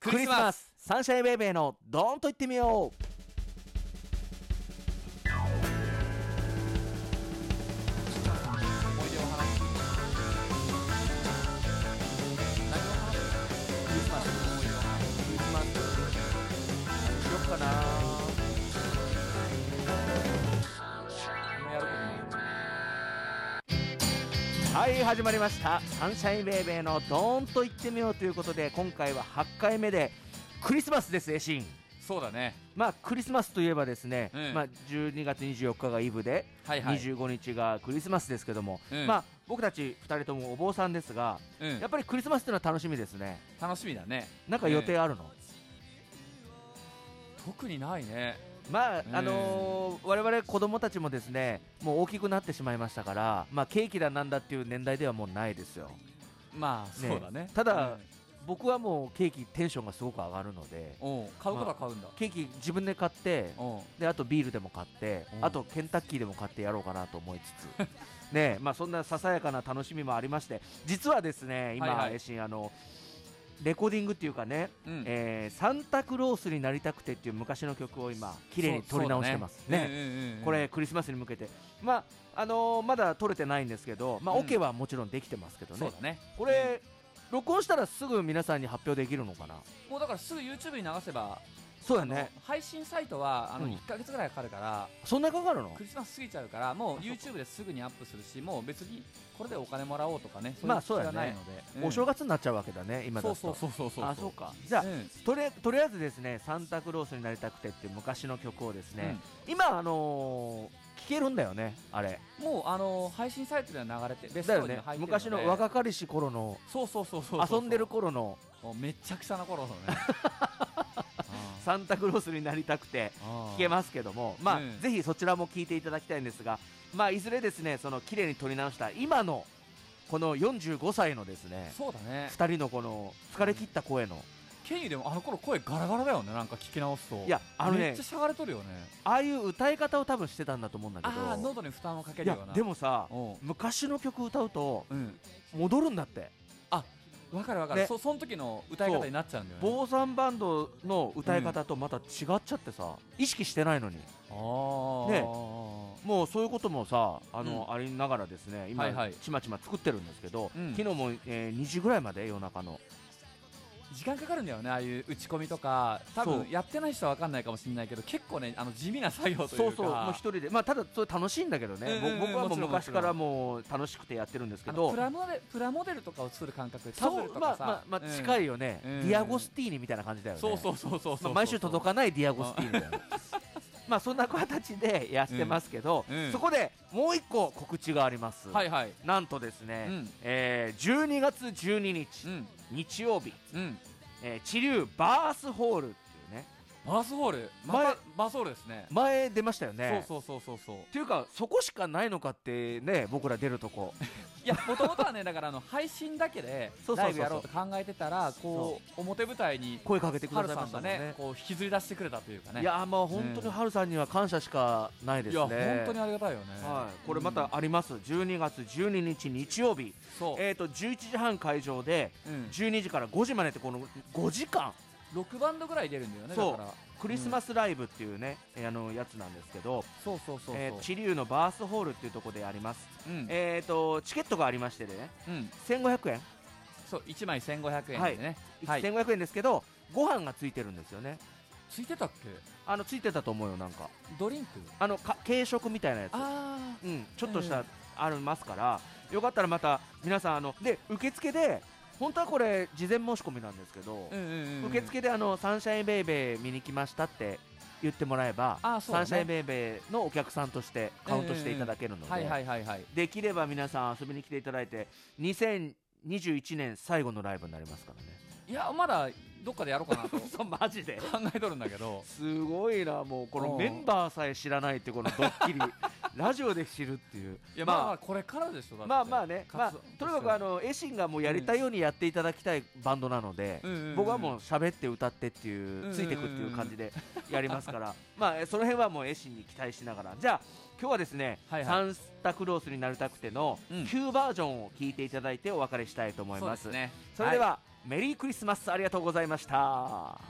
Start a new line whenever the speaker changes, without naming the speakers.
クリスマスサンシャインベイベーのドーンと言ってみよう
思い出の話何の話クリスマスの思い出の話クリスマス何しよっかな今やることない
はい始まりましたサンシャインベイベーのドーンと言ってみようということで今回は8回目でクリスマスですエシン
そうだね
まあクリスマスといえばですね、
うん
まあ12月24日がイブで、
はいはい
25日がクリスマスですけども、
うん
まあ僕たち2人ともお坊さんですが、
うん
やっぱりクリスマスっていうのは楽しみですね
楽しみだね
なんか予定あるの、
特にないね
まあ
うん
あのー我々子供たちもですねもう大きくなってしまいましたから、まあ、ケーキだなんだっていう年代ではもうないですよ
まあそうだね
た
う
だ
ん
僕はもうケーキテンションがすごく上がるので
おう買うことは買うんだ
ケーキ自分で買って
おう
であとビールでも買って
うん
あとケンタッキーでも買ってやろうかなと思いつ つねえまあそんなささやかな楽しみもありまして実はですね今、
はいはい
えしあのレコーディングっていうかね、
うん
えーサンタクロースになりたくてっていう昔の曲を今綺麗に撮り直してます
そうだ
ね
うんうんうん
これクリスマスに向けて、まああのーまだ撮れてないんですけど、まあ、
うん
オケはもちろんできてますけどね、
そうだね
これ、録音したらすぐ皆さんに発表できるのかな、
もうだからすぐ YouTube に流せば
そうだね、
配信サイトはあの
うん
1か月ぐらいかかるから、
そんなかかるの
クリスマス過ぎちゃうからもう
あそうか
YouTube ですぐにアップするしもう別にこれでお金もらおうとかね
まあ
そういう気が
そう
な
だ
い
ね
ので、
お正
月
月になっちゃうわけだね、今だ
そ
と。
うそうそうそうそう
あそうかじゃあ、
うん
とりあとりあえずですねサンタクロースになりたくてっていう昔の曲をですね、今あのー聴けるんだよねあれ
うんもうあの配信サイトでは流れてベス
だ
ト
よ
に入
ね
ってるので
昔の若かりし頃の
そうそうそうそう
遊んでる頃の
もうめっちゃくちゃな頃のね あ
サンタクロースになりたくて
あ
聞けますけども、まあ
うん
ぜひそちらも聞いていただきたいんですが、まあ、いずれですねその綺麗に撮り直した今のこの45歳のですね
そうだね
2人のこの疲れ切った声の
ケニーでもあの頃声ガラガラだよねなんか聞き直すと
いやあのね
めっちゃしゃがれとるよね
ああいう歌い方を多分してたんだと思うんだけ
ああ
ど
喉に負担をかけ
い
るよう
や
な
でもさ
も
昔の曲歌うと
うん
戻るんだって
わかるわかる、
ね
そその時の歌い方になっちゃうんだよね
坊さんバンドの歌い方とまた違っちゃってさ意識してないのに
あー
もうそういうこともさあの、ありながらですね今、
はいはい
ちまちま作ってるんですけど、
うん
昨日も、えー2時ぐらいまで夜中の
時間かかるんだよねああいう打ち込みとか多
そ
分
う
やってない人は分かんないかもしれないけど結構ねあの地味な作業とい
そうう
か
そうもう一人で、まあ、ただそれ楽しいんだけどね、
うんうんうん
僕僕は
も
も
ち
う
ろん
昔からもう楽しくてやってるんですけ
あの
ど
プラモデルプラモデルとかを作る感覚でパズ
そ
ル
う
と
ま
か
あ
さ
まあ、まあ、
うん
近いよね、
うん
ディアゴスティーニみたいな感じだよね
そうそうそうそう
まあ、毎週届
か
かないディアゴスティーニだよね まあそんな形でやってますけど、
うんうん
そこでもう一個告知があります、
はいはい
なんとですね、
うん
えー12月12
う
日、
ん
日曜日、
うん
えー、地流バースホールっていうね
バースホールま
前
たバースホールですね
前出ましたよね
そうそうそうそうそう
っていうかそこしかないのかってね僕ら出るとこ
いやもともとはねだからあの配信だけで
そうそうそうそう
ライブやろうと考えてたらこう表舞台に
声かけてく
ハル
ださい
さ
ま
ん
した
が
もんね
ねこう引きずり出してくれたというかね
いやもう本当にハルさんには感謝しかないですね
いや本当にありがたいよね、
はい、これまたあります、12月12日日曜日、
そう、
えー、と11時半会場で
うん、
12時から5時までってこの5時間
6バンドぐらい出るんだよね
そう
だから
クリスマスライブっていうね、えーあのやつなんですけど
そうそうそうそう、
えー知立のバースホールっていうところでやります、
うん
えー、とチケットがありましてね
うん、
1500円、
そう1枚1500円でね、はい
1500円ですけどご飯がついてるんですよね
ついてたっけ
あのついてたと思うよなんか
ドリンク
あのか軽食みたいなやつ
あ
うん、ちょっとし
う
た
ん
ありますから、よかったらまた皆さんあので受付で本当はこれ事前申し込みなんですけど
あ、うんうんうん、
受付であのサンシャインベイベー見に来ましたって言ってもらえば、
あそうだ
サ
ね
ンシャインベイベーのお客さんとしてカウントしていただけるので、
はいはいはいはい
できれば皆さん遊びに来ていただいて2021年最後のライブになりますからね。
いやまだどっかでやろうかな と考
そうマジで
えとるんだけど
すごいなもうこ
う
の
ん
メンバーさえ知らないってこのドッキ リラジオで知るっていう
いやまあ、まあ、これからでしょだって
まあまあね、まあ、
活動
とにかくあのエシンがもうやりたいようにやっていただきたいバンドなので、
うんうんうん
僕はもう喋って歌ってっていう、
うん
ついてくっていう感じ でやりますから、まあえその辺はもうエシンに期待しながら、じゃあ今日はですね、
はいはい
サンタクロースになりたくての
うん
旧バージョンを聞いていただいてお別れしたいと思い
そう
ま。
ですすね
それでは、メリークリスマスありがとうございました